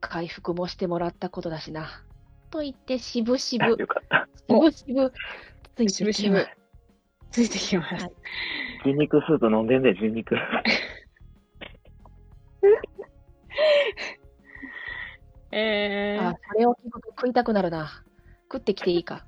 回復もしてもらったことだしな。と言って、しぶしあぶ、よかった。しぶしぶ、ついてきしまぶすしぶついてきます。はい人肉スープ飲んでんで、人 肉。えーあ、それを聞くと食いたくなるな。食ってきていいか。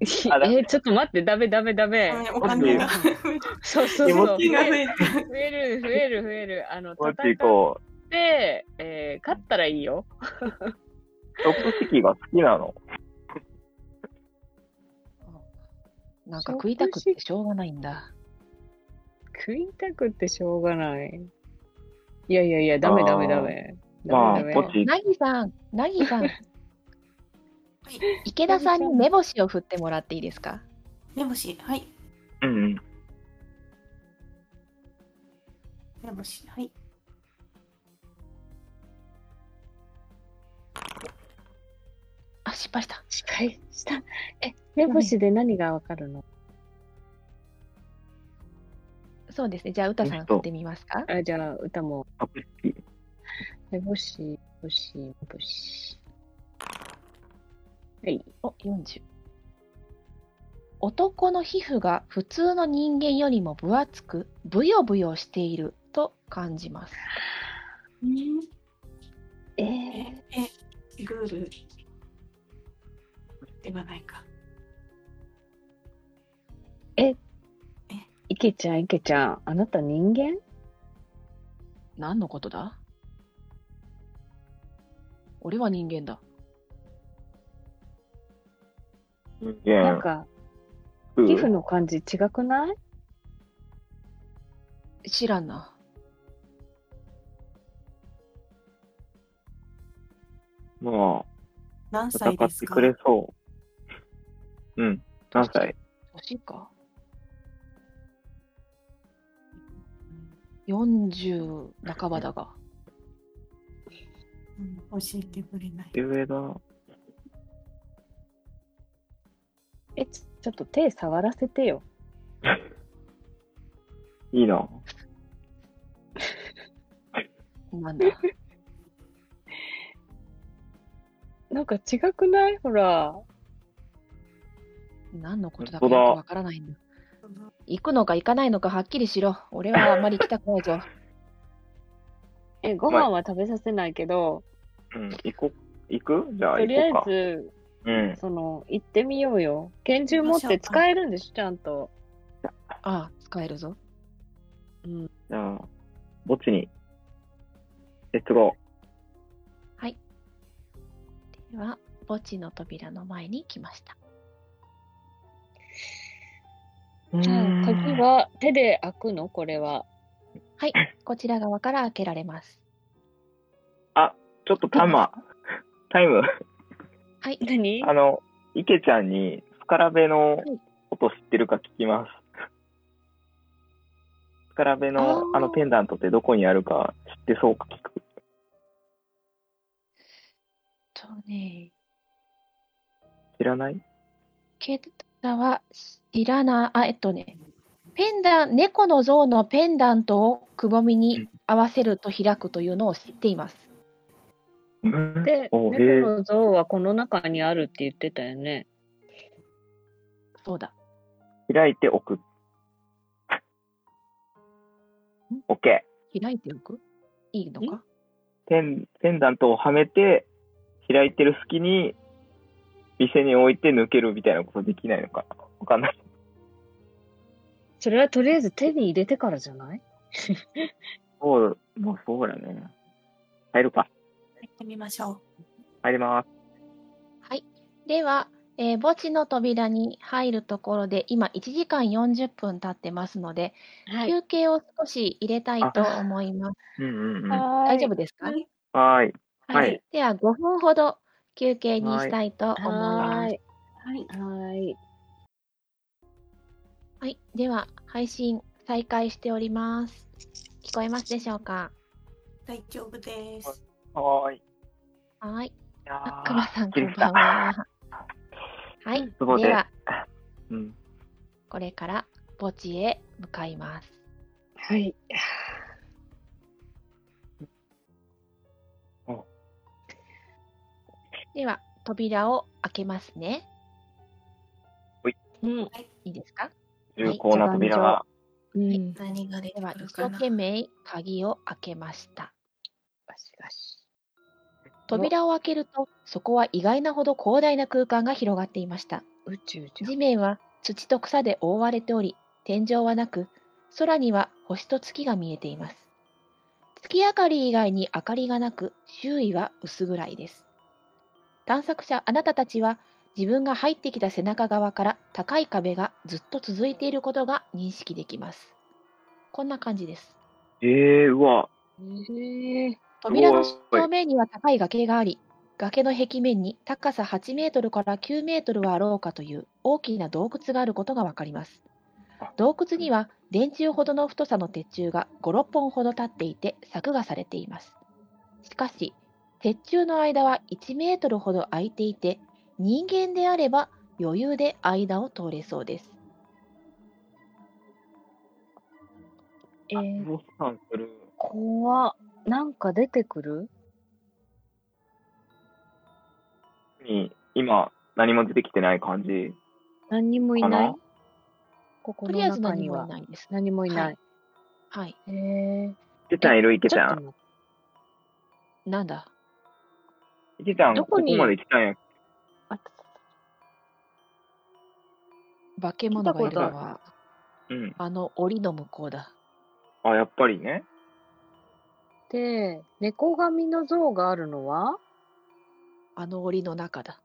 えあだーちょっと待って、ダメダメダメ。ねお金が、 そうそうえそ持う。っ増金が増ええて、る、増える、増える。あの、も戦っってこう、て、えー勝ったらいいよ。トップスキーが好きなの。なんか食いたくってしょうがないんだ。食いたくってしょうがない。いやいやいや、ダメダメダメ。まダあメダメ。ポチなぎさん、なぎさん、池田さんに目星を振ってもらっていいですか目星、はい。うんうん。目星、はい。あ、失敗した。失敗した。え、目星で何がわかるのそうですね。じゃあ、うたさん振ってみますかあ、じゃあ、歌も。トップスキー。目星、星、星。はい。お、40。男の皮膚が普通の人間よりも分厚く、ブヨブヨしていると感じます。ええ、え、グールではないか。いけちゃん、いけちゃん、あなた人間何のことだ俺は人間だ。人なん間、か、ス皮膚ーの感じ違くない知らんな。プ。ま何あ、歳戦でっすてかくれそう。うん。何歳年か。40半ばだが。うん教えてくれない。上だ。え、ちちょっと手触らせてよ。いいな。なんだ。なんか違くないほら。何のことだかよ本当くだわからないんだ。行くのか行かないのかはっきりしろ。俺はあんまり行きたくないぞ。 え、ご飯は食べさせないけど、うん、行こ、行くじゃあとりあえ行こうか。ず、うん。その、行ってみようよ。拳銃持って使えるんでしょ、ちゃんと。ああ、使えるぞ。うん。じゃあ、墓地に。レッツゴでは、墓地の扉の前に来ました。ー。じゃあ、鍵は手で開くのこれは。はい、こちら側から開けられます。ちょっとタイマー、タイム、はい、何あの、池ちゃんにスカラベのいこと知ってるか聞きます。スカラベのあーあのペンダントってどこにあるか知ってそうか聞く。とね、知らないケタは知らない、あ、えっとね、ペンダン、猫の像のペンダントをくぼみに合わせると開くというのを知っています。で、お猫へえの像はこの中にあるって言ってたよね。そうだ。開いておく。オッケ開いておくいいのかー。ペン、ペンダントをはめて、開いてる隙に、店に置いて抜けるみたいなことできないのかなわかんない。それはとりあえず手に入れてからじゃないそう、まあそうだね。入るか。行ってみましょう。入ります。はい。では、えー墓地の扉に入るところで、今1時間40分経ってますので、は。休憩を少し入れたいと思います。うんうんうん。は大。大丈夫ですか、ーい。はいでは5分ほど休憩にしたいと思いはまーす。い。はい。はい、では配信再開しております。聞こえますでしょうか。大丈夫です。はーい。いはい、やーあ、くまさんこびんっくりしばたんは。はい、つぼでではうん。これから墓地へ向かいます。はい。おでは、扉を開けますね。うん。いいですか重厚な扉が。うん。何が出てでは、くる一か生な。懸命鍵を開けました。ガシガシ。扉を開けると、そこは意外なほど広大な空間が広がっていました。宇宙じゃん。地面は土と草で覆われており、天井はなく、空には星と月が見えています。月明かり以外に明かりがなく、周囲は薄暗いです。探索者あなたたちは、自分が入ってきた背中側から高い壁がずっと続いていることが認識できます。こんな感じです。ええー、うわ。ええ扉のすごい正面には高い崖があり、崖の壁面に高さ8メートルから9メートルはあろうかという大きな洞窟があることがわかりますあ。洞窟には電柱ほどの太さの鉄柱が5、6本ほど立っていて柵がされています。しかし、鉄柱の間は1メートルほど空いていて、人間であれば余裕で間を通れそうです。えー、ボスさんする。怖っなんか出てくるに、今、何も出てきてない感じ。何にもいなかいなこことのりあえず中何にもいはないです。何もいない。はい。ええ池ちゃんいる、池ちちょゃっとん。待ってなんだ池ちゃん、どこここにまで来たんや。あ化け物がいるの来たはうん。あの檻の向こうだ。あ、やっぱりね。で、猫髪の像があるのはあの檻の中だ。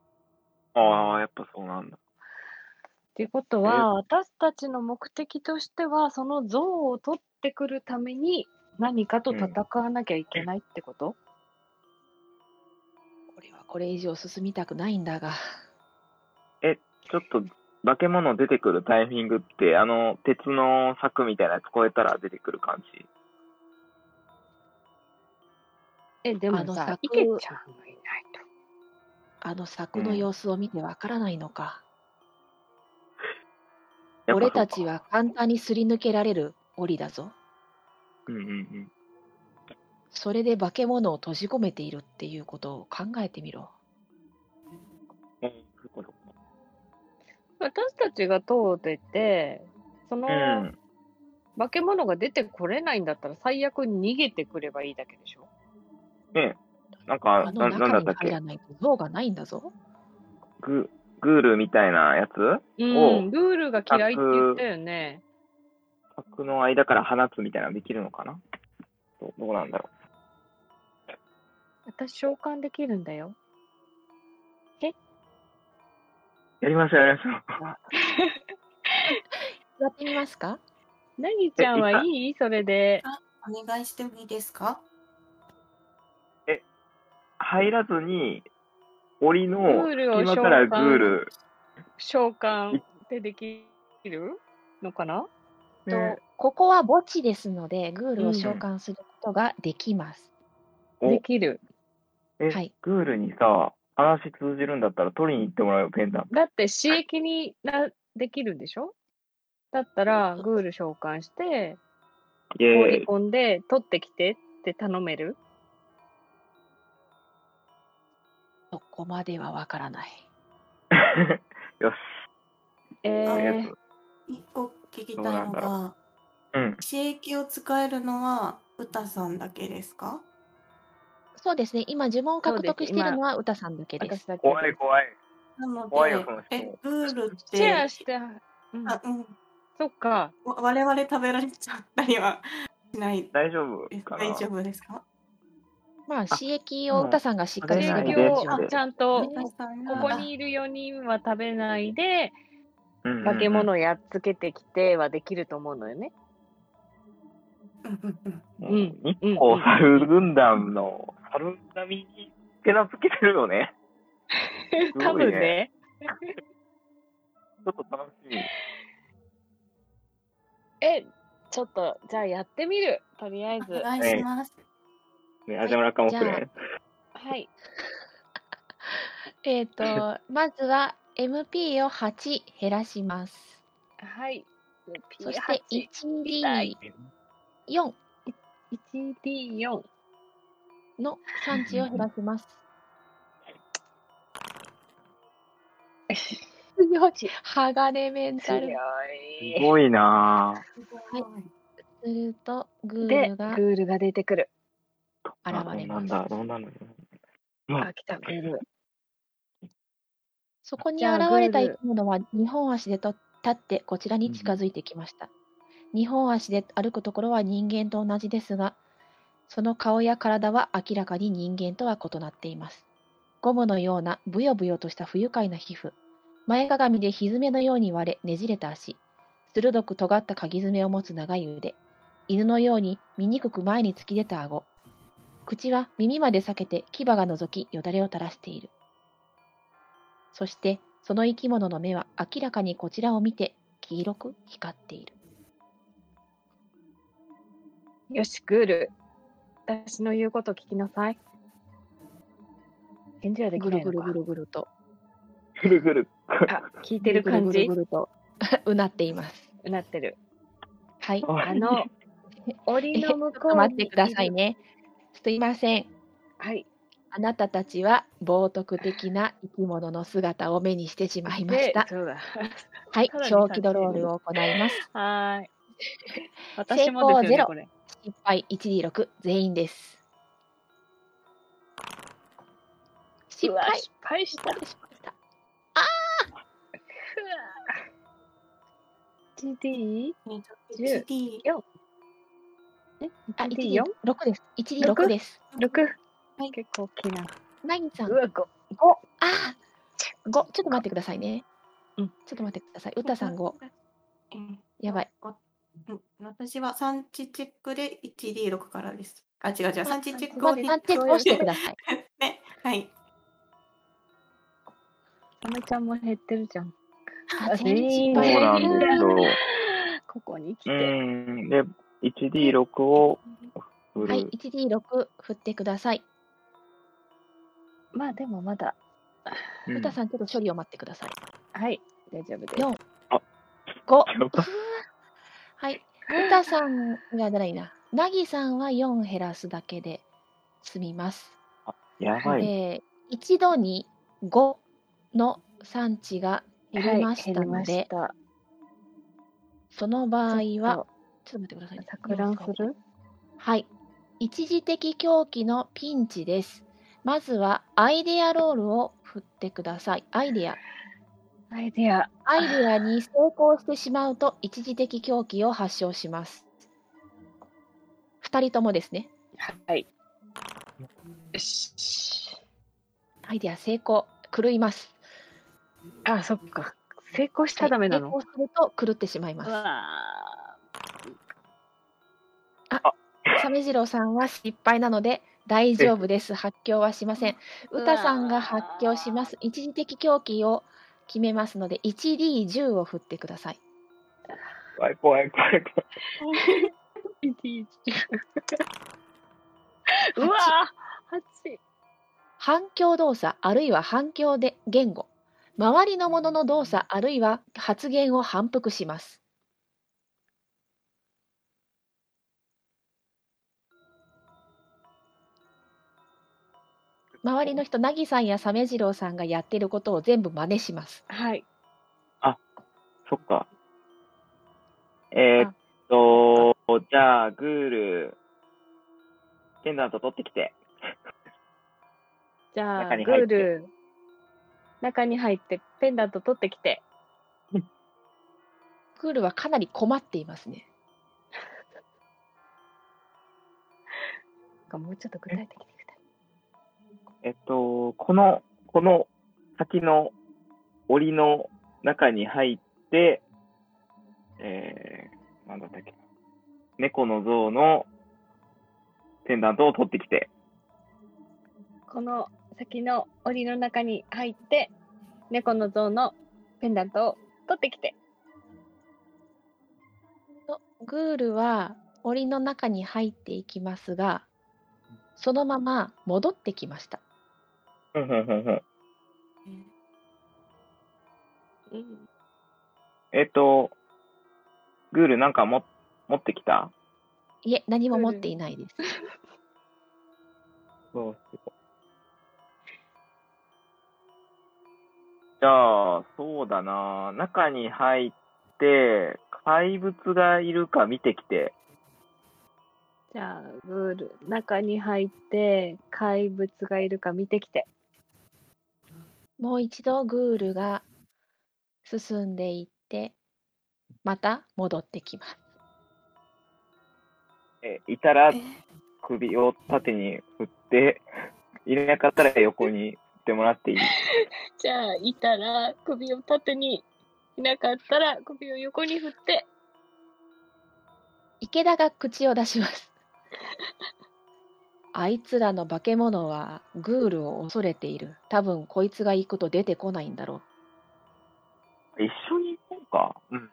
ああ、やっぱそうなんだ。っていうことは、私たちの目的としては、その像を取ってくるために、何かと戦わなきゃいけないってこと、これはこれ以上進みたくないんだが。ちょっと、化け物出てくるタイミングって、あの、鉄の柵みたいなやつ越えたら出てくる感じ。え、であものさ柵、池ちゃんがいないと。あの柵の様子を見てわからないのか。やっぱそ俺うかたち。は簡単にすり抜けられる檻だぞ。うんうんうん。それで化け物を閉じ込めているっていうことを考えてみろ。うんそっかそっか私たちが通ってて、その、うん。化け物が出てこれないんだったら、最悪逃げてくればいいだけでしょねえなんあか、のななんだ中ったにっけ入らないと像がないんだぞ。ググールみたいなやつうん、ルールが嫌いって言ったよね。柵の間から放つみたいなのできるのかなどどうなんだろ私、召喚できるんだよ。う。やりましょう、やりましょやってみますかなぎちゃんはいいそれで。お願いしてもいいですかう。入らずに、檻のグールを隙間から召喚グール。召喚ってできるのかなねとここは墓地ですので、グールを召喚することができます。おできる。え、はいグールにさ、話通じるんだったら取りに行ってもらうよ、ペンダント。だって刺激になできるんでしょだったらグール召喚してイェ放 ーりイ。込んで取ってきてって頼めるそこまではわからない。よし。えありがーとう。一個聞きたいどうなのんだが、うん。刺激を使えるのは歌さんだけですかそうですね。今、呪文を獲得しているのは歌さんだけです私。だけ怖い怖い。なの怖いよそので人、え、グールって、シェアして、うん、あうん、そっかわ我々食べられちゃったりはしない大丈夫です。かな大丈夫ですかまあ、刺激をうん歌さんがしっか食りべすなれいば刺大で激を丈夫でちゃんと歌さんこがこにいる4人は食べないでうんうんうん化け物をやっつけてきてはできると思うのよね。うんうんうんもううん日光猿軍団の猿並みに手なずけてるよね。すごいね 多分ね。ちょっと楽しみ。え、ちょっとじゃあやってみる。とりあえずお。願いします。ね、味村かもくじゃれあん。はい。えっ、と、まずは MP を8減らします。はい。そして1 1D4 1D4。の産地を減らします。強い。鋼メンタル。すごいなぁ。すると、グーで、ルグがールが出てくる。現れなまんす。だ、どうなのあ、来た、グール。そこにじゃ現あれたグー生ルき物は2本足でと立ってこちらに近づいてきました。2本足で歩くところは人間と同じですが、その顔や体は明らかに人間とは異なっています。ゴムのようなブヨブヨとした不愉快な皮膚、前かがみでひずめのように割れねじれた足、鋭く尖ったかぎ爪を持つ長い腕、犬のように醜く前に突き出た顎、口は耳まで裂けて牙が覗きよだれを垂らしている。そしてその生き物の目は明らかにこちらを見て黄色く光っている。よし、グール。私の言うこと聞きなさい。返事はできぐなるいぐるのかぐ。るぐると。 ぐるぐる。あ、聞いてる感じぐるぐるぐると。うなっています。うなってる。はい。あの、檻え ちのょ向っこうとに待ってくださいる。ね。すいません。はい。あなたたちは冒涜的な生き物の姿を目にしてしまいましでた、。そうだ。はいさら。に正気ドロールを行います。 はーい。私もです成功ゼよロね、これ。失敗 1D6 全員です。失うわ敗し失敗した。てしまった。 GD? 1 d えあ、 ?1D4? 1D6 です。1D6 六です。 6? はい結構大きな。ナインさんう、わ、5。あー、5。ちょっと待ってくださいね。うんちょっと待ってください。うたさん5。やばい。うん私はサンチチェックで 1D6 からです。あ、違う違う、サンチチェックまをず3チェックをしてください。ね。はい。サメちゃんも減ってるじゃん。あ、全員そ失う敗。なんですよ。ここに来うて。ん。で、1D6 を振る。はい、1D6 振ってください。まあでもまだ。うんうたさん、ちょっと処理を待ってください。はい。大丈夫です。よん5。やばはい。うたさんがじゃないな。なぎさんは4減らすだけで済みます。やばい。えー一度に5の産地が減りましたので、はい減りましたその場合は、ちちょょっと待ってくださいね。錯乱するはい。一時的狂気のピンチです。まずはアイデアロールを振ってください。アイデア。アイデア。アイデアに成功してしまうと一時的狂気を発症します。二人ともですね。はい。よし。アイデア成功。狂います。あ、そっか。成功したらダメなの、はい成功すると狂ってしまいますう。わサメ次郎さんは失敗なので大丈夫です。発狂はしません。うわー歌さんが発狂します。一時的狂気を決めますので 1D10 を振ってください。怖い怖い怖い怖い。ー 1D10 うわ反響動作あるいは反響で言語。周りのものの動作あるいは発言を反復します。周りの人、なぎさんやサメ次郎さんがやってることを全部真似します。 8。はい。そっか。えーっと、じゃあ、グール、ペンダント取ってきて。じゃ中あ、にグ入ーってル、中に入って、ペンダント取ってきて。クールはかなり困っていますね。もうちょっと具体的にえっと、この、この先の檻の中に入って、えー、なんだったっけな。猫の像のペンダントを取ってきて。この先の檻の中に入って、猫の像のペンダントを取ってきて。とグールは檻の中に入っていきますが、そのまま戻ってきました。ふんふんふんふん。うん、えっと、グールなんかも持ってきたいえ、何も持っていないです。そう、すごい。じじゃあ、そうだな。中に入って、怪物がいるか見てきて。じゃあ、グール、中に入って、怪物がいるか見てきて。もう一度グールが進んでいって、また戻ってきます。えいたらえ首を縦に振って、いなかったら横に振ってもらっていい。じゃあ、いたら首を縦に、いなかったら首を横に振って、池田が口を出し ます。あいつらの化け物はグールを恐れている。多分こいつが行くと出てこないんだろう。一緒に行こうか。うん。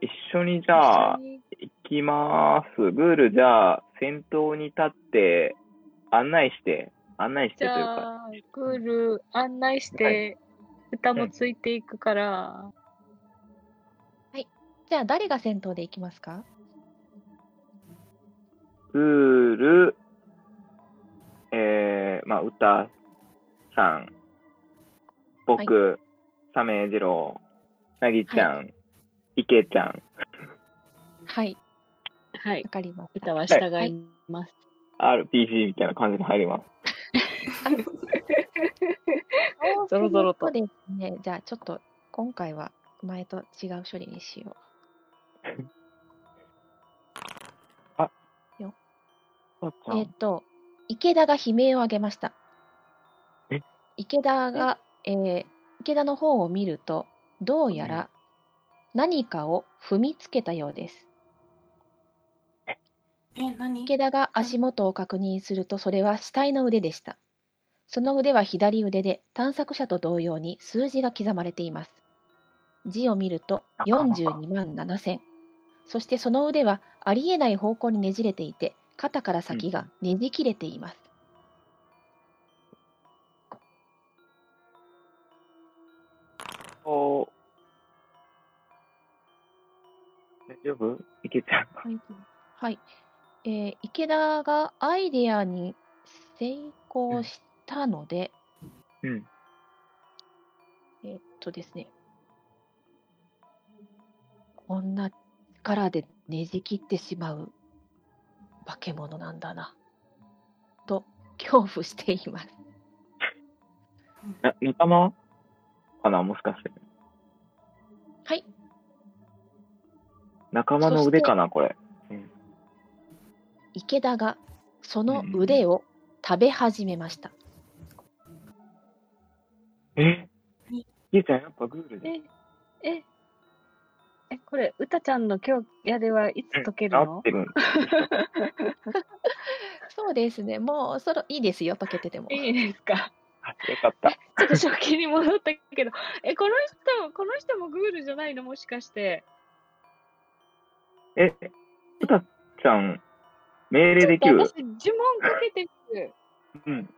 一緒にじじゃあ、行きます。グール、じゃあ、先頭に立って、案内して、案内してじというゃか、あ、グール案内して、歌もついていくから、じゃあ誰が先頭で行きますかグール、えー、まあ、歌さん、僕、サメ次郎、なぎちゃん、池ちゃん。はい、はいわ、かります。歌は従います。 RPG みたいな感じで入ります。ぞろぞろとそうですね。じゃあちょっと今回は前と違う処理にしよう。えっと、池田が悲鳴を上げましたえ。池田が、えー池田の方を見ると、どうやら何かを踏みつけたようです。え、何池田が足元を確認すると、それは死体の腕でした。その腕は左腕で、探索者と同様に数字が刻まれています。字を見るとなかなか42万7千。そしてその腕はありえない方向にねじれていて、肩から先がねじ切れています。お大丈夫池ちゃん。はい、はいえー池田がアイデアに成功したので、うん。えーっとですね、こんな力でねじ切ってしまう化け物なんだな、と恐怖しています。な仲間かなもしかして。はい、仲間の腕かなこれ。池田がそのうん腕を食べ始めました。え池ちゃん、やっぱグールで。え、え、え、これ、歌ちゃんの今日やではいつ解ける合のってるんそうですね、もうそろいいですよ、溶けてても。いいです か。あよかった。ちょっと初期に戻ったけど、え、この人、この人もグールじゃないのもしかして。え、うたちゃん、命令できちょるっと私、呪文かけてる。うん。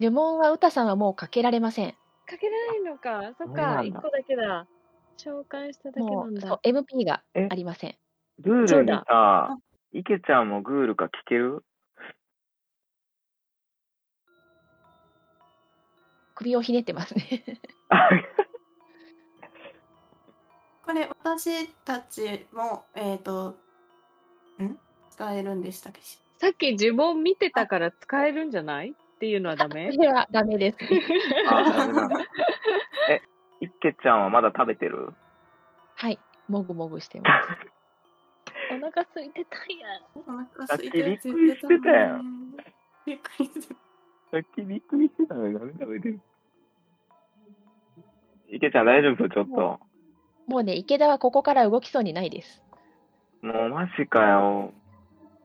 呪文は歌さんはもうかけられません。かけないのか。そそっうなか、ん一だ個だけだ。召喚しただけなもんうだ。そう MP がえありません。グールにそうさ、池ちゃんもグールか聞ける首をひねってますね。あこれ私たちも、えっ、と、ん使えるんでしたっけさっき呪文見てたから使えるんじゃないっていうのはダメそれはダメです。 あ、ダメなんだ。え、池ちゃんはまだ食べてるはい、もぐもぐしてます。お腹空いてたんや。お腹空いてるってて言ってたもんねびっくりしてたよ。さっきびっくりしてたのに何食べてる池ちゃん大丈夫ちょっと。ももうね、池田はここから動きそうにないです。うマジかよ。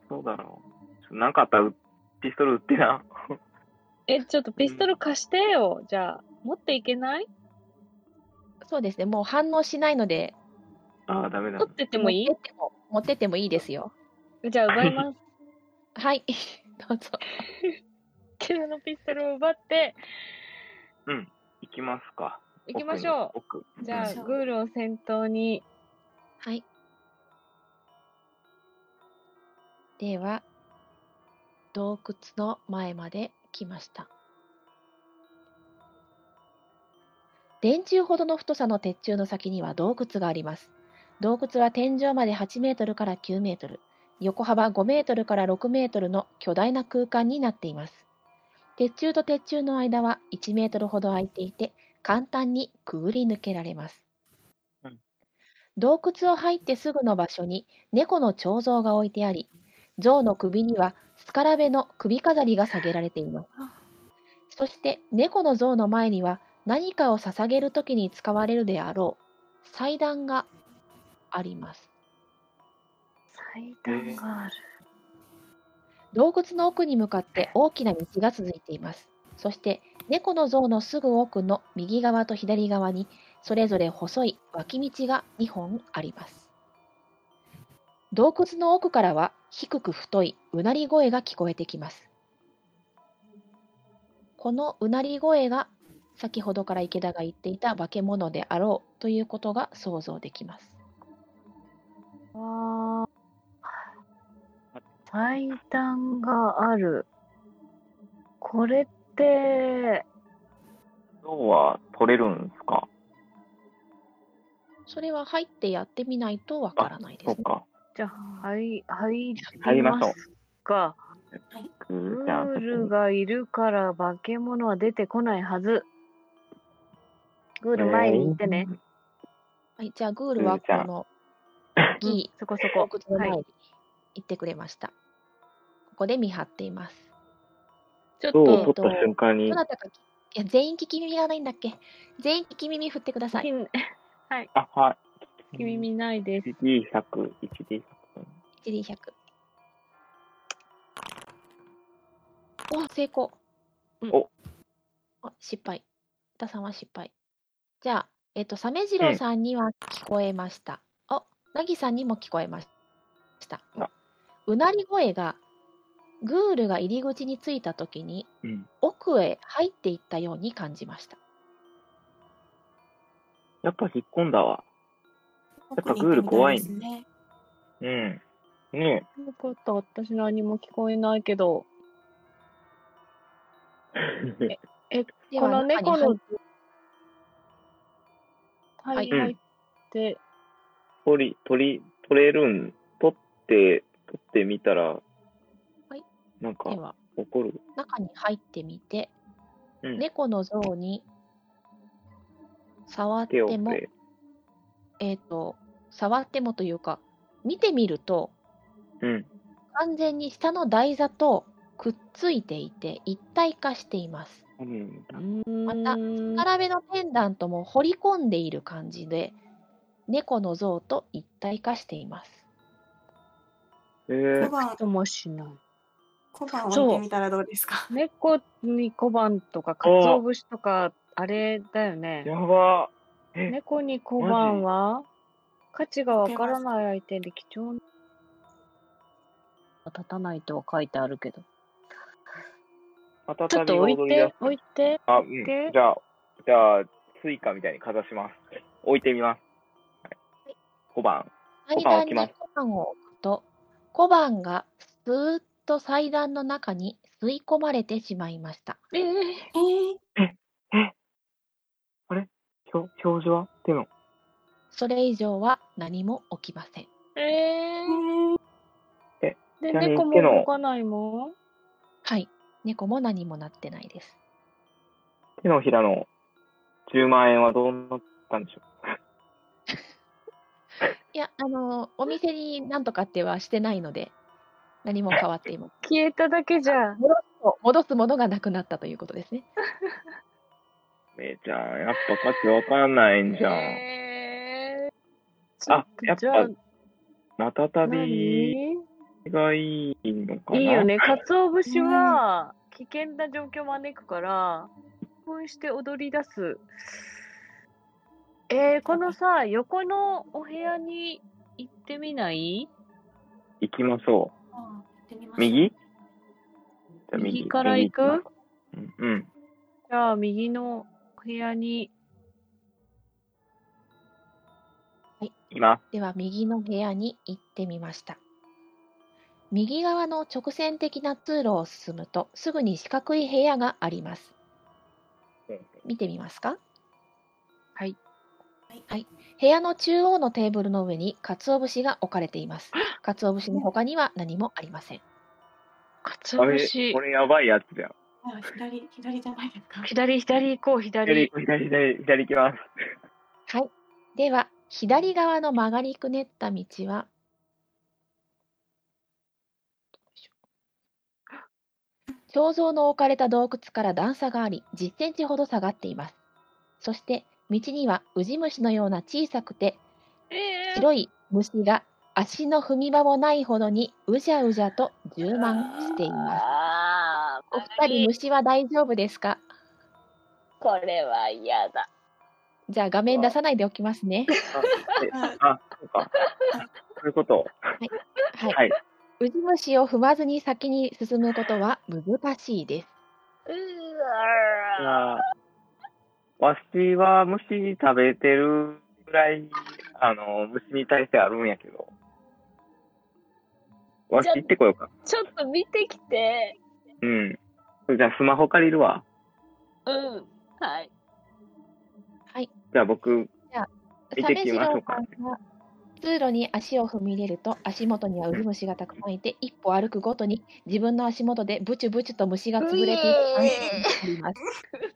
そうだろう。ちょっとなんかあったらうピストル撃ってな。え、ちょっとピストル貸してよ。じゃあ、持っていけないそうですね、もう反応しないので、ああ、ダメだ取。ってってもいい持ってっても持ってってもいいですよ。じゃあ奪います。 はい、 どうぞ。池田のピストルを奪って行きますか。いきましょ奥に。う。じゃあ、行きましょうグールを先頭に。はい。では、洞窟の前まで来ました。電柱ほどの太さの鉄柱の先には洞窟があります。洞窟は天井まで8メートルから9メートル、横幅5メートルから6メートルの巨大な空間になっています。鉄柱と鉄柱の間は1メートルほど空いていて、簡単にくぐり抜けられます。うん洞窟を入ってすぐの場所に猫の彫像が置いてあり、象の首にはスカラベの首飾りが下げられています。そして猫の像の前には何かを捧げるときに使われるであろう祭壇があります。祭壇がある。洞窟の奥に向かって大きな道が続いています。そして猫の像のすぐ奥の右側と左側にそれぞれ細い脇道が2本あります。洞窟の奥からは低く太いうなり声が聞こえてきます。このうなり声が先ほどから池田が言っていた化け物であろうということが想像できます。わー祭壇がある。これって、象は取れるんですかそれは入ってやってみないとわからないですそねっ。か。じゃあ、はい、入入りましょうすか。グウーちゃんールがいるから化け物は出てこないはず。グール前に行ってね。。はい、じゃあグールはグーちゃこんの大うきんいそこそ洞こ。窟の前はにい行ってくれました。ここで見張っています。ちょっ象を取と、った瞬間にど、なたか、いや全員聞き耳がないんだっけ全員聞き耳振ってください。金あ、はい。君見ないです。 1D100、1D100。 1D100。お成功。うんおあ失敗。田さんは失敗。じゃあ、えっと、鮫次郎さんには聞こえました。おなぎさんにも聞こえました。あうなり声が、グールが入り口に着いたときに、うん。奥へ入っていったように感じました。やっぱ引っ込んだわ。やっぱグール怖いねですね。うん。ねよかった、私何も聞こえないけど。 え。でこはの中に猫入のっ。はい、はい入って、取り、取り、取れるん、取って、取ってみたら、いなんかて、は、怒る。中に入ってみて、うん猫の像に触っ手をても振、れえっ、と、触ってもというか、見てみると、うん。完全に下の台座とくっついていて、一体化しています。うん。ままた並べのペンダントも彫り込んでいる感じで、猫の像と一体化しています。え小ー、判、ともしない。小判置いてみたらどうですか。猫に小判とか鰹節とかあれだよね。やばえ猫に小判は価値がわからない相手で貴重な立たないとは書いてあるけど。またちょっと置いて置いてあ、うん。てじゃあ、じゃあ、スイカみたいにかざします。置いてみます。はい、5番。階小判置段きにま小す判を置くと、小判がスーッと祭壇の中に吸い込まれてしまいました。えーえー、表表示は手の。それ以上は何も起きません。えうんー、でちなみに猫手のも動かないもんはい。猫も何もなってないです。手のひらの10万円はどうなったんでしょいや、あの、お店になんとかってはしてないので、何も変わっていませ消えただけじゃん。戻すと戻すものがなくなったということですね。う。めいちゃん、やっぱ価値わかんないんじゃん。えー、あやっぱちょとまたたじゃあび何がいいのかな。いいよね、鰹節は危険な状況を招くから、興奮して踊り出す。えー、このさ、横のお部屋に行ってみない行きましょ行ってみう。ましょう右じゃあ右から行く右行きますうん。うんじゃあ、右のお部屋に。行きまでは、右の部屋に行ってみました。右側の直線的な通路を進むと、すぐに四角い部屋がありますうん。見てみますかはいはい部屋の中央のテーブルの上に鰹節が置かれています。鰹節の他には何もありません。かつあおれ、節こ。れやばいやつだよ。あ左、左じゃないですか。左、左行こう、左左。行く、左、左、左行き ます。はい。では、左側の曲がりくねった道は、彫像の置かれた洞窟から段差があり、10センチほど下がっています。そして、道にはウジ虫のような小さくてえー白い虫が足の踏み場もないほどにうじゃうじゃと充満しています。ああ、お二人、虫は大丈夫ですかこれは嫌だ。じゃあ画面出さないでおきますね。ああ、そうか。そういうこと。はい。はい。ウジ虫を踏まずに先に進むことは難しいです。うじわゃあ、わしは虫食べてるぐらい、あの、虫に対してあるんやけど。わしじゃあ行ってこようか。ーちょっと見てきて。うん。じゃあ、スマホ借りるわ。うん。はい。じゃあ、僕、見サてメきジましょロうウかさんが通路に足を踏み入れると足元にはウジ虫がたくさんいて一歩歩くごとに自分の足元でブチュブチュと虫が潰れていく感じになります。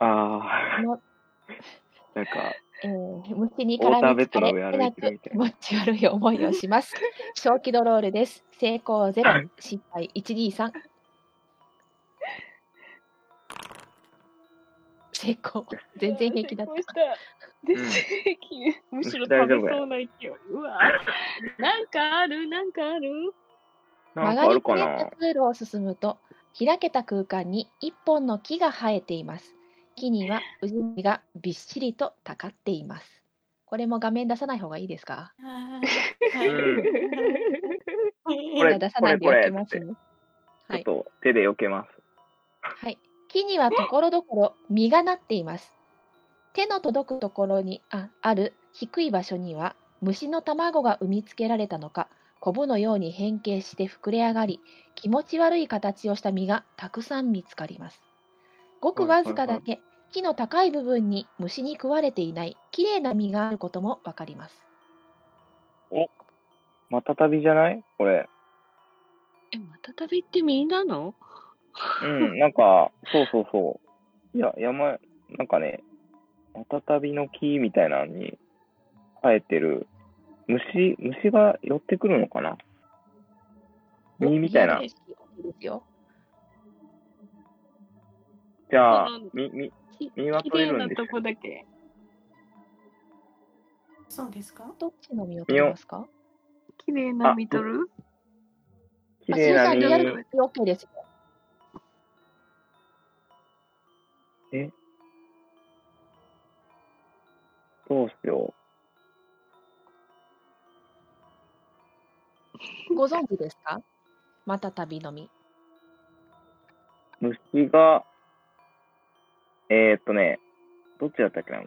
あこのー、なんか、えー、虫にウォータ絡ーベみッつドかのれ上手歩いなてるみくたい気持ち悪い思いをします。正気ドロールです。成功ゼロ、失敗123。成功。全然平気だっ。成功したた。全うん然平気。むしろ大食丈べ夫やそうな勢い。うわ。 なんかある、なんかある。な。な曲がりんかあるくかねなった通路を進むと、開けた空間に一本の木が生えています。木にはウジ虫がびっしりとたかっています。これも画面出さない方がいいですかーはいこれじゃあ出さないでおきまこれこれすっね。ちょっと手で避けます。はい、木にはところどころ実がなっています。手の届くところにあある低い場所には虫の卵が産みつけられたのかコブのように変形して膨れ上がり気持ち悪い形をした実がたくさん見つかります。ごくわずかだけ木の高い部分に虫に食われていないきれいな実があることもわかります。また旅じゃないこれ。え、また旅ってみんなの うん、なんか、そうそうそう。いや、山、なんかね、マタタビの木みたいなのに生えてる、虫、虫が寄ってくるのかな実みたいな。いですよじゃあそうなん、み、み、き実は綺取れ麗るなんですとよ。こだけ。そうですかどっちの実を取りますか綺麗な見とる綺あ麗スなーさんリア実ル、オッケーですよ。どうしよご存知ですかまた旅の実。う。虫が、えー、っとね、どっちだったっけな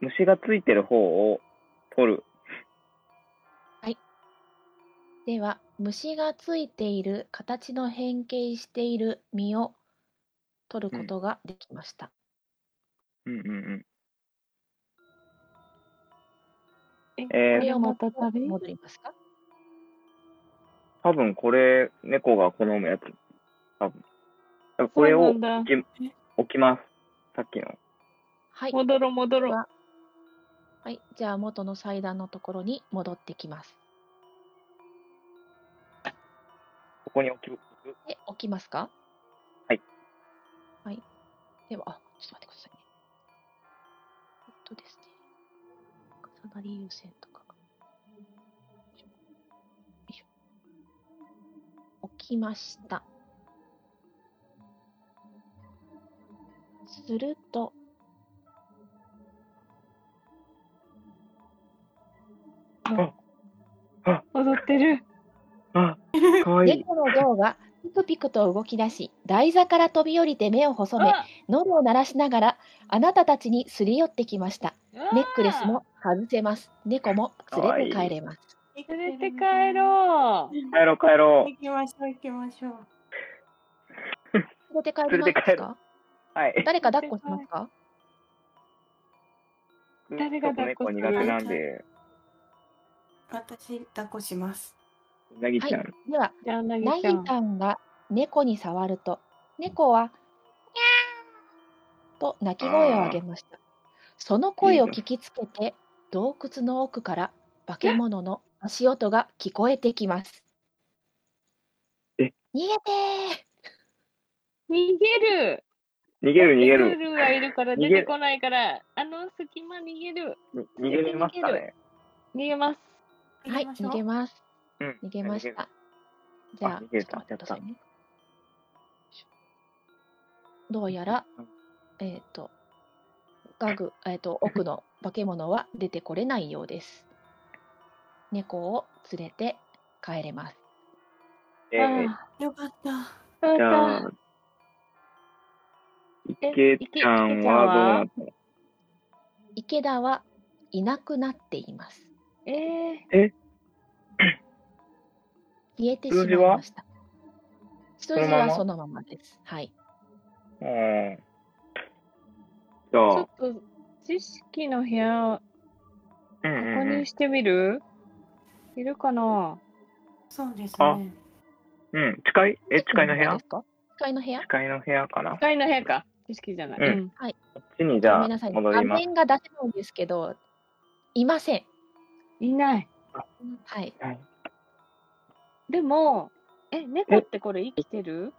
虫がついてる方を取る。では虫がついている形の変形している実を取ることができました。うんうんうん。え、こえーれはまた旅戻りますか多分これ、猫が好むやつ。多分。だからこれそをうなん置き置きます。さっきの。はい、戻ろう戻ろう。はい。じゃあ元の祭壇のところに戻ってきます。ここに置き置く。で、置きますかはい。はい。では、あ、ちょっと待ってくださいね。えっとですね。重なり優先とか。よいしょよいしょ置きました。すると、踊ってる。あ、 かわいい。猫の像がピクピクと動き出し、台座から飛び降りて目を細め、あ喉を鳴らしながら、あなたたちにすり寄ってきました。ネックレス。も外せます。猫も連れて帰れます。連れて帰ろう。帰ろう帰ろ行きましょう、行きましょう。連れて帰りますかはい。誰か抱っこしますか誰が抱っこちょするっと猫苦手なんで、私、抱っこします。うなぎはちゃん。い。では、じゃあ、なぎナギちゃん。さんが猫に触ると、猫は、にゃーと鳴き声を上げました。その声を聞きつけて、洞窟の奥から化け物の足音が聞こえてきます。え逃げてー逃げる逃げる逃げルる。ールがいるから逃げ出るてこないから、あの隙間逃げる。逃げれますかね。逃げます。はい、行き逃ましょげうます。うん。逃げました。じゃあ、あ逃げちょたっと待ってくださいね。どうやら、えっ、と、ガグ、えっ、と、奥の化け物は出てこれないようです。猫を連れて帰れます。えー、あよかった。あ、よじゃかあった。、池ちゃんはどうなっ池田はいなくなっています。ええ消えてしまいました。数字字ははそのままです。はい。たのうー、ちょん。っと知識の部屋、じゃあ、うんうん確うん認してみるいるかなそうですあね。うん。近いえ、近いの部で屋すか近いの部屋近いの部屋かな。こ使いの部屋か。知識じゃない。うんんっちにじごゃめあ、んなさい。戻画ります。面が出せないんですけど、いません。いない。はい。はいでも、え、猫ってこれ生きてる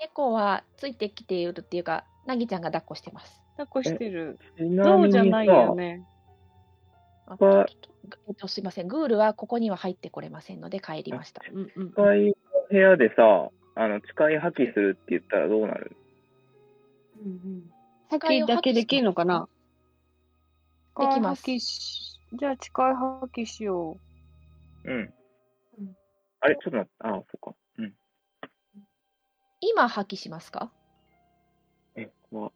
猫はついてきているっていうか、なぎちゃんが抱っこしてます。抱っこしてる。ちなゾみウにじさゃないよね。あちょこっとえっと、すいません、グールはここには入ってこれませんので帰りました。うんうん。使いの部屋でさ、あの、使い破棄するって言ったらどうなるうんうん。破棄だけできるのかなできます破棄しじゃあ、近い破棄しよう。うんうん。あれ、ちょっと待って、あ、そっか。うん。今破棄しますかえ、怖っ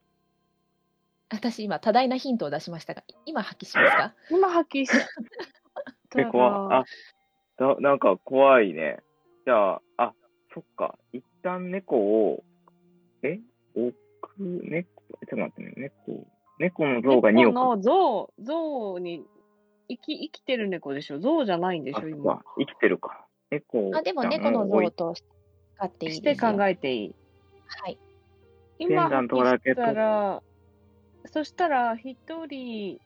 私今多大なヒントを出しましたが、今破棄しますか今破 棄したえ、ら怖っあ、だなんか怖いね。じゃあ、あ、そっか。一旦猫を、え置く、猫、えちょっと待ってね、猫、猫の像が2猫億。の象、象に生き生きてる猫でしょ象じゃないんでしあょそっ今か。生きてるか。猫をあでも猫の像と使っていいしでてすよ。考えていい。はい。今ペ破ンダントラ棄ケッしトたら、そしたら一人、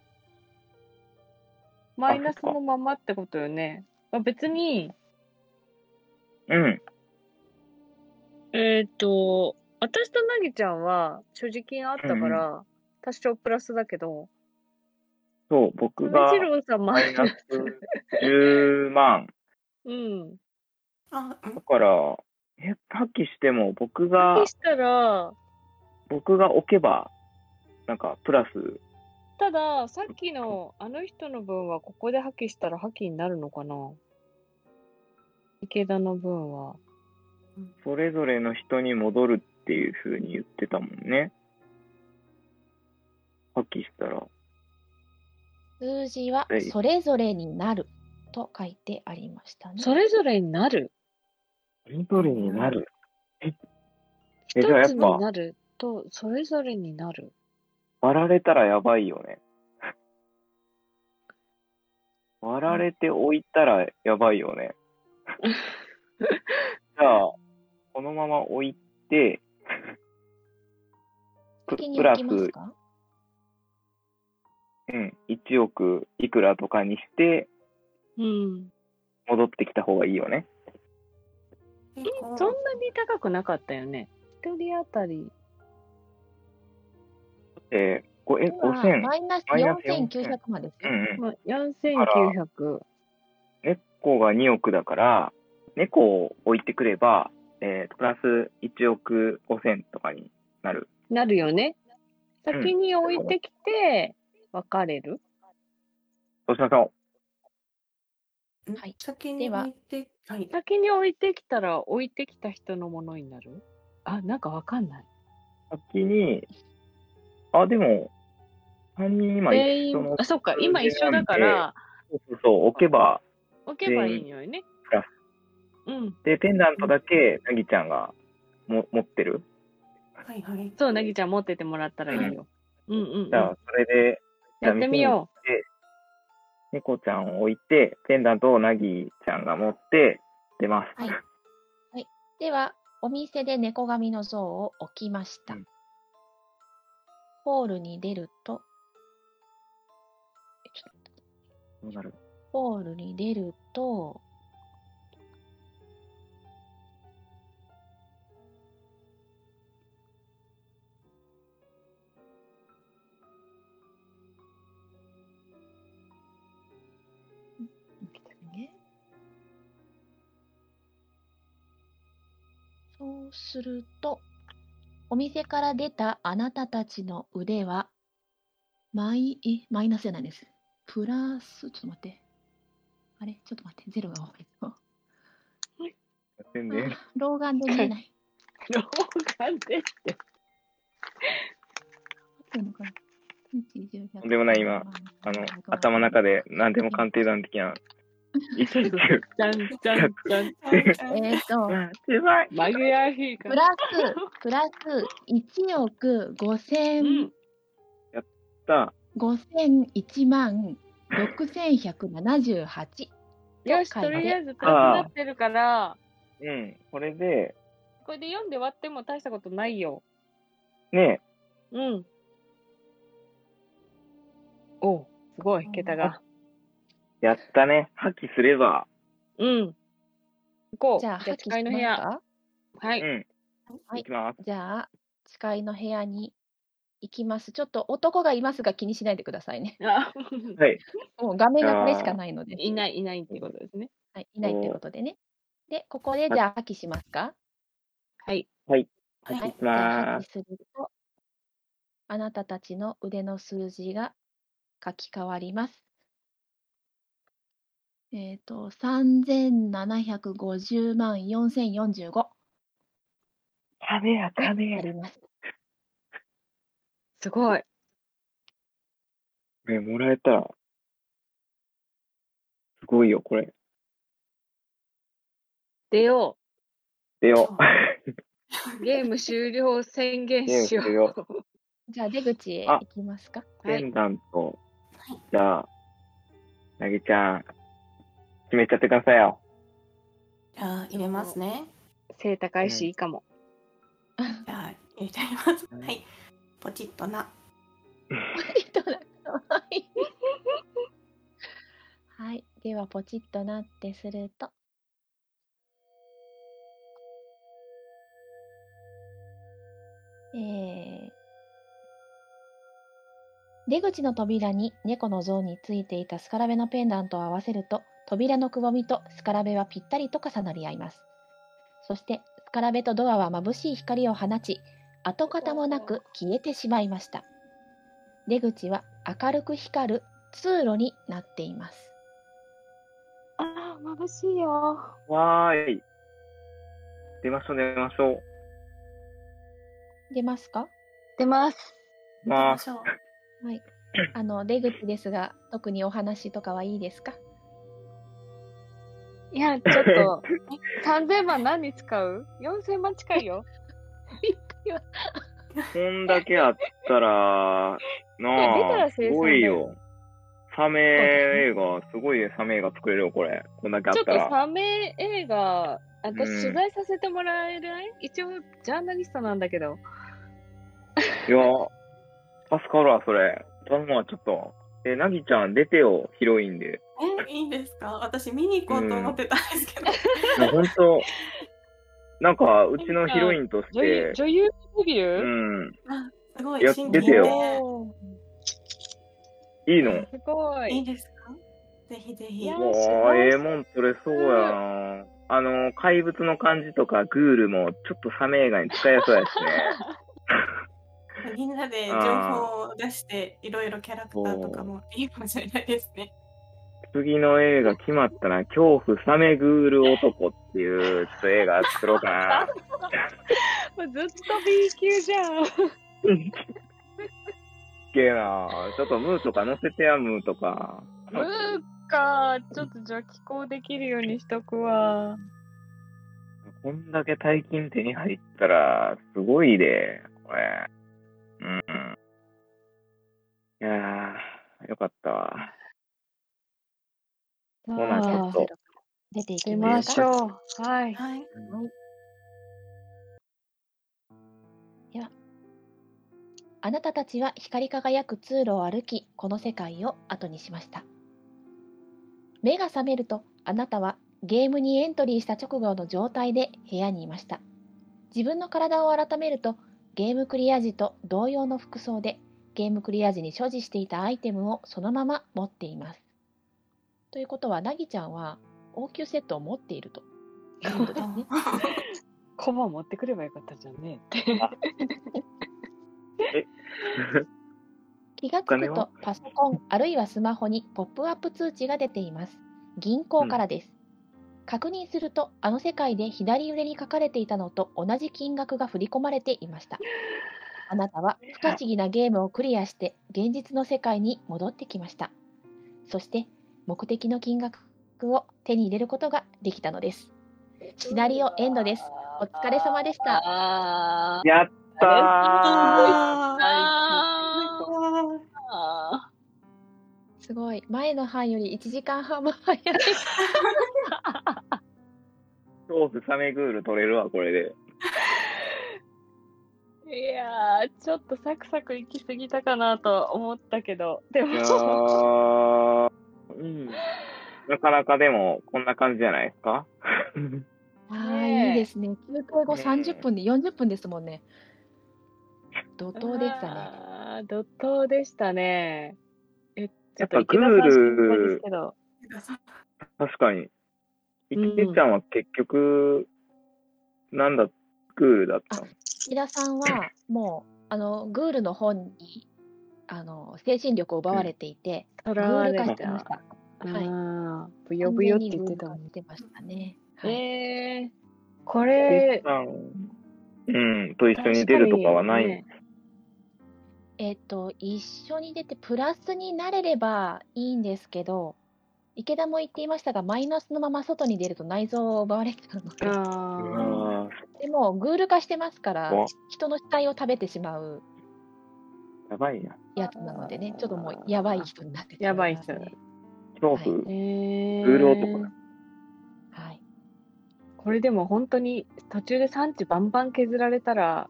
マイナスのままってことよね。まあ、別に、うん。えっ、と、私となぎちゃんは、所持金あったから、多少プラスだけど、そう、僕梅が次郎さんママイイナナスス。 10万。 うん。あ、うんだから、え、破棄しても僕がそ、したら、僕が置けば、なんか、プラス、ただ、さっきのあの人の分はここで破棄したら破棄になるのかな池田の分は。それぞれの人に戻るっていうふうに言ってたもんね。破棄したら。数字ははいそれぞれになると書いてありましたね。それぞれになる緑になる。一えつじゃあやっぱになると、それぞれになる。割られたらやばいよね。割られて置いたらやばいよ ね。じゃあ、このまま置いて、プ先にプ置ラきますス、かうん、1億いくらとかにして、うん。戻ってきた方がいいよね。結そん構、なに高くなかったよね。一人当たり。えー、ごえ、今5000。マイナスマイナス4900 4900までですうね。んうん。まあ、4900。猫が2億だから、猫を置いてくれば、えー、プラス1億5000とかになる。なるよね。ん先に置いてきて、別れる。そうしましょんはい先でには置いて、はい。先に置いてきたら、置いてきた人のものになるあ、なんかわかんない。う。先に、あ、でも、3人今全一緒員の、、あ、そっか、数字今一緒だから、そうそうそう置けば、置けばいいのよね全員。うん、で、ペンダントだけ、なぎちゃんがも持ってる。はいはい。そう、なぎちゃん持っててもらったらいいよ。うんうん、うん。じゃやあ、それで、じゃあってみよう。猫ちゃんを置いて、ペンダントをなぎちゃんが持って、出ます。はいでは、お店で猫髪の像を置きました。うんホールに出ると、えちょっとどうなるホールに出ると、ねそうすると、お店から出たあなたたちの腕は、マイ、え、マイナスじゃないです。プラス、ちょっと待って。あれちょっと待って、ゼロが多いぞ。やってんあでー。老眼で見えない。老眼でっ合て。ってんのかな120でもない今あの、頭の中で何でも鑑定団的な、一時中。じゃんじゃんじゃん。えっ、と、すごいマグヤヒープか。ラス、プラス1億5う千、ん。さ5千1万6178。よし、書いとてりあえずプラスになってるから、うん。これで、これで読んで割っても大したことないよ。ねうん。おうすごい、桁が。やったね。破棄すれば、うん。行こう。じゃあ、じゃ破棄あし使いの部ます屋。かうはい。ん。はいいきます。じゃあ、誓いの部屋に行きます。ちょっと男がいますが気にしないでくださいね。あ はい。もう画面がこれしかないので、いない、いないっていうことですね。はい、いないってことでね。で、ここでじゃあ破棄しますかはい。破はい棄しじゃあま破す。棄すると、あなたたちの腕の数字が書き換わります。えっ、と、3750万4045壁や壁あります。すごい。ね、もらえたら、すごいよ、これ。出よで よ。う。ゲーム終了宣言しよゲーム終了う。じゃあ出口へあ行きますか。 はペい。ンダント。じゃあ、なぎちゃん、決めちゃってくださいよ。じゃあ入れますね。背高いし、いいかも。じゃあ入れちゃいます。はい。ポチッとな。はい。では、ポチッとなってすると。えー出口の扉に猫の像についていたスカラベのペンダントを合わせると、扉のくぼみとスカラベはぴったりと重なり合います。そして、スカラベとドアは眩しい光を放ち、跡形もなく消えてしまいました。出口は明るく光る通路になっています。ああ、眩しいよ。わーい。出ましょう、出ましょう。出ますか出ます。行きましょう。 あの出口ですが、特にお話とかはいいですかいや、ちょっと、3000万何に使う ?4000 万近いよ。こんだけあったら、出たなあ、らす生産だよごいよ。サメ映画、すごいねサメ映画作れるよ、これ。こんだけあちょっったとら。サメ映画、私うん取材させてもらえない、一応ジャーナリストなんだけど。いや、助かるわ、それ。頼むわ、ちょっと。え、なぎちゃん、出てよ、ヒロインで。え、いいんですか私見に行こうと思ってたんですけど。もう本 当、なんか、うちのヒロインとし女優て、女優デビうュー、ん、あすごいやい、新出てよよ。いいの。すごいいい。ですかぜひぜいひや。わあ、ええもん取れそうやな。あの、怪物の感じとか、グールも、ちょっとサメ映画に使えそうやしね。みんなで情報を出して、いろいろキャラクターとかもいいかもしれないですね。次の映画決まったな、恐怖サメグール男っていう、ちょっと映画作ろうか な。もうずっと B 級じゃん。すっげえな。ちょっとムーとか乗せてや、ムーとか。ムーか、ちょっとじゃあ寄稿できるようにしとくわ。こんだけ大金手に入ったら、すごいで。これ。うん。いやー、よかったわ。そうなんですあちょっと出てい出きまますしか。ょう。はい。はい。あなたたちは光り輝く通路を歩き、この世界を後にしました。目が覚めると、あなたはゲームにエントリーした直後の状態で部屋にいました。自分の体を改めると、ゲームクリア時と同様の服装で、ゲームクリア時に所持していたアイテムをそのまま持っています。ということは、なぎちゃんは応急セットを持っているということです ね。コマ持ってくればよかったじゃん ね。気がつお金くはとパソコンあるいはスマホにポップアップ通知が出ています。銀行からです。確認するとあの世界で左腕に書かれていたのと同じ金額が振り込まれていま した。あなたは不可思議なゲームをクリアして現実の世界に戻ってきました。そして目的の金額を手に入れることができたのです。シナリオエンドです。お疲れ様でした。あやったーああーあすごい。前の班より1時間半も早い。ソースサメグール取れるわ、これで。ーいやーちょっとサクサク行き過ぎたかなと思ったけどでいや もー、うん。なかなかでも、こんな感じじゃないですか はい、ねえいいですね。休憩後ねえ三十分で四十分ですもんね。怒涛でしたね。ね怒涛でしたねえちょっとやっぱ池田さんグール心配ですけど確かに。いけちゃんは結局、なんだ、グールだったの木田さんはもうあのグールの本にあの精神力を奪われていて、とグらわーれル化たしてました。はいあーぶよぶよって言ってたも完ん全にグール化してましたね。はい。えー、こケれイちゃんうん、と一緒に出るとかはない。確かにねえっと一緒に出てプラスになれればいいんですけど。池田も言っていましたが、マイナスのまま外に出ると内臓を奪われちゃうので、あうーわーでもグール化してますから怖っ、人の死体を食べてしまうやばいな。やつなのでね、ちょっともうやばい人になってしまやばいま人すね恐怖、はえー、グール男だはい。これでも本当に途中で産地バンバン削られたら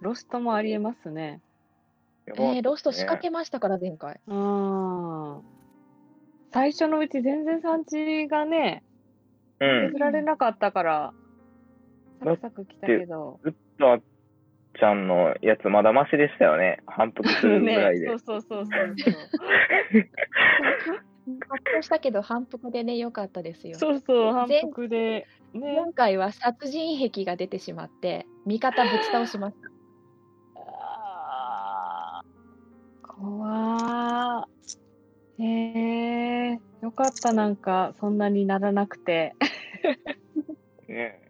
ロストもありえますね。やばいえー、ロスト仕掛けましたから前回。うん。最初のうち全然産地がねうん。削られなかったから、サクサク来たけど。ずっとあっちゃんのやつまだマシでしたよね。反復するぐらいで。 そうそうそうそう発表したけど反復でね、良かったですよ。そう。そうそう反復でね今回は殺人癖が出てしまって、味方ぶち倒しました。あー怖ーへえよかったなんかそんなにならなく てね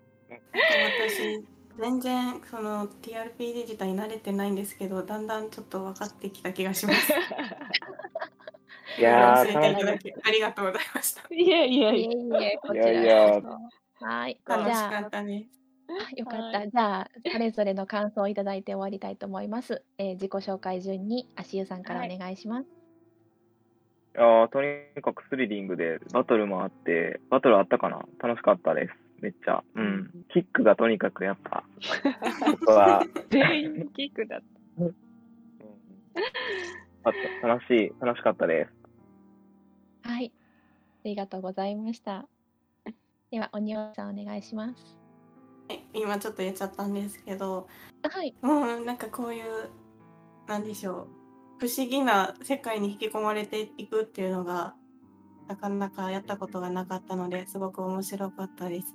私全然その TRPG 自体慣れてないんですけどだんだんちょっと分かってきた気がします。いやー、教えていただ楽しきありがとうございました。いやいやいいえやいえ、こちいやいらやこそ。はい。じ楽しかゃあっ、たね。あよかっはた。じゃあ、それぞれの感想をいただいて終わりたいと思います。えー自己紹介順に、足湯さんからお願いします。いやーとにかくスリリングで、バトルもあって、バトルあったかな楽しかったです。めっちゃ。ううんん。キックがとにかくやっぱ、僕は、全員キックだっうん、あった楽しい、楽しかったです。はい。ありがとうございました。では、おにおさんお願いします。今ちょっと言っちゃったんですけど、はい。もうなんかこういうなんでしょう不思議な世界に引き込まれていくっていうのがなかなかやったことがなかったのですごく面白かったです。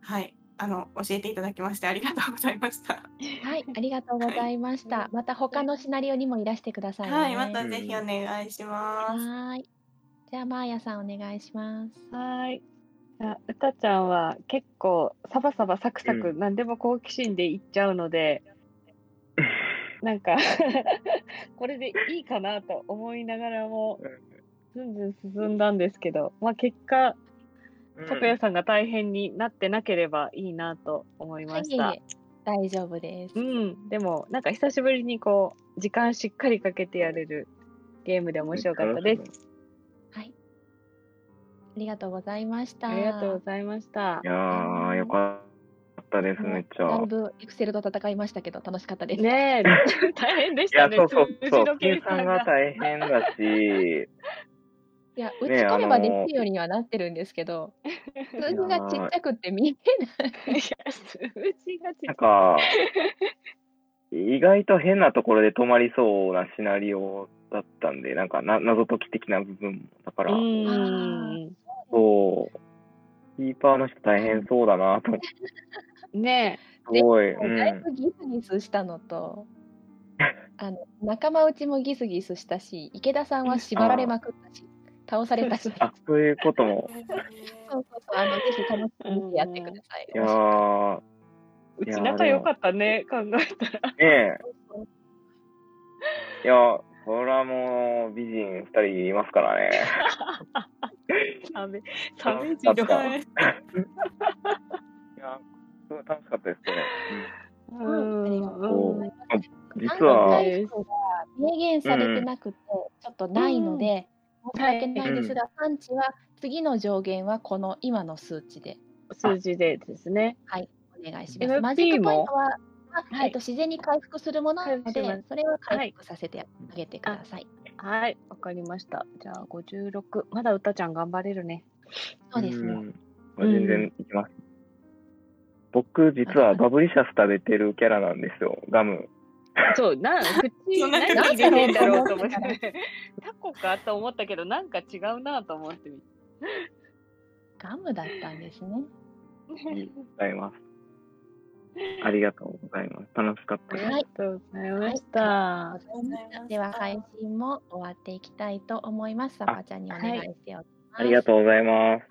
はい、あの教えていただきましてありがとうございました。はい、ありがとうございました。また他のシナリオにもいらしてくださいね。はい、まはたぜひお願いします。ーい。じゃあ、マーヤさんお願いします。たはーいあうたちゃんは結構サバサバサクサクう何でも好奇心でいっちゃうので、なんか これでいいかなと思いながらもずんずん進んだんですけど、まあ、結果うん拓也さんが大変になってなければいいなと思いました。はい、いえいえ大丈夫ですう。ん、でもなんか久しぶりにこう時間しっかりかけてやれるゲームで面白かったです。す。はい。ありがとうございました。ありがとうございましたい。やー、よかったです、めっちゃ。だいぶエクセルと戦いましたけど楽しかったです。ねえ、大変でしいやた、ね。そうそう数字そうの、計金さん算がが。大変だし、いや、打ちね込めばできあのーるようにはなってるんですけど、数字いやがーちっちゃくて見えない。いや数字がちなんっか、意外と変なところで止まりそうなシナリオだったんで、なんかな謎解き的な部分も。だかうら、ーん。そう、キーパーの人大変そうだなと思って、ねすごい。うもうだいんぶギスギスしたのと、あの仲間内もギスギスしたし、池田さんは縛られまくったし、倒されたし、そうあ、そういうことも。そうそう、あのぜひ楽しみにやってください。いやー、え、うち仲良かったね、考えたら。ねえ、いや、これはもう美人二人いますからね。サメ、サメあジっロたー。 いや、すごい楽しかったですね。ううんありがとううごんざんいます。実あのは、回数が明言されてなくて、ちょっとないので、申し訳ないんですが、産地は次の上限はこの今の数値で数字でですね。はい、お願いします。 NP マジックポイントは、あはいえっと自然に回復するものなので回復しま、それは回復させてあげてください。はい、わかりました。じゃあ56。まだうたちゃん頑張れるね。そうですね。んまあ全然いきます。僕、実はバブリシャス食べてるキャラなんですよ、ガム。そう、なん、口、そんな何入れてんだろうと思って。タコかと思ったけど、なんか違うなと思って。ガムだったんですね。にございます。ありがとうございます。楽しかったです。はいありがとうございました。では配信も終わっていきたいと思います。サバちゃんにお願いしております。ありがとうございます。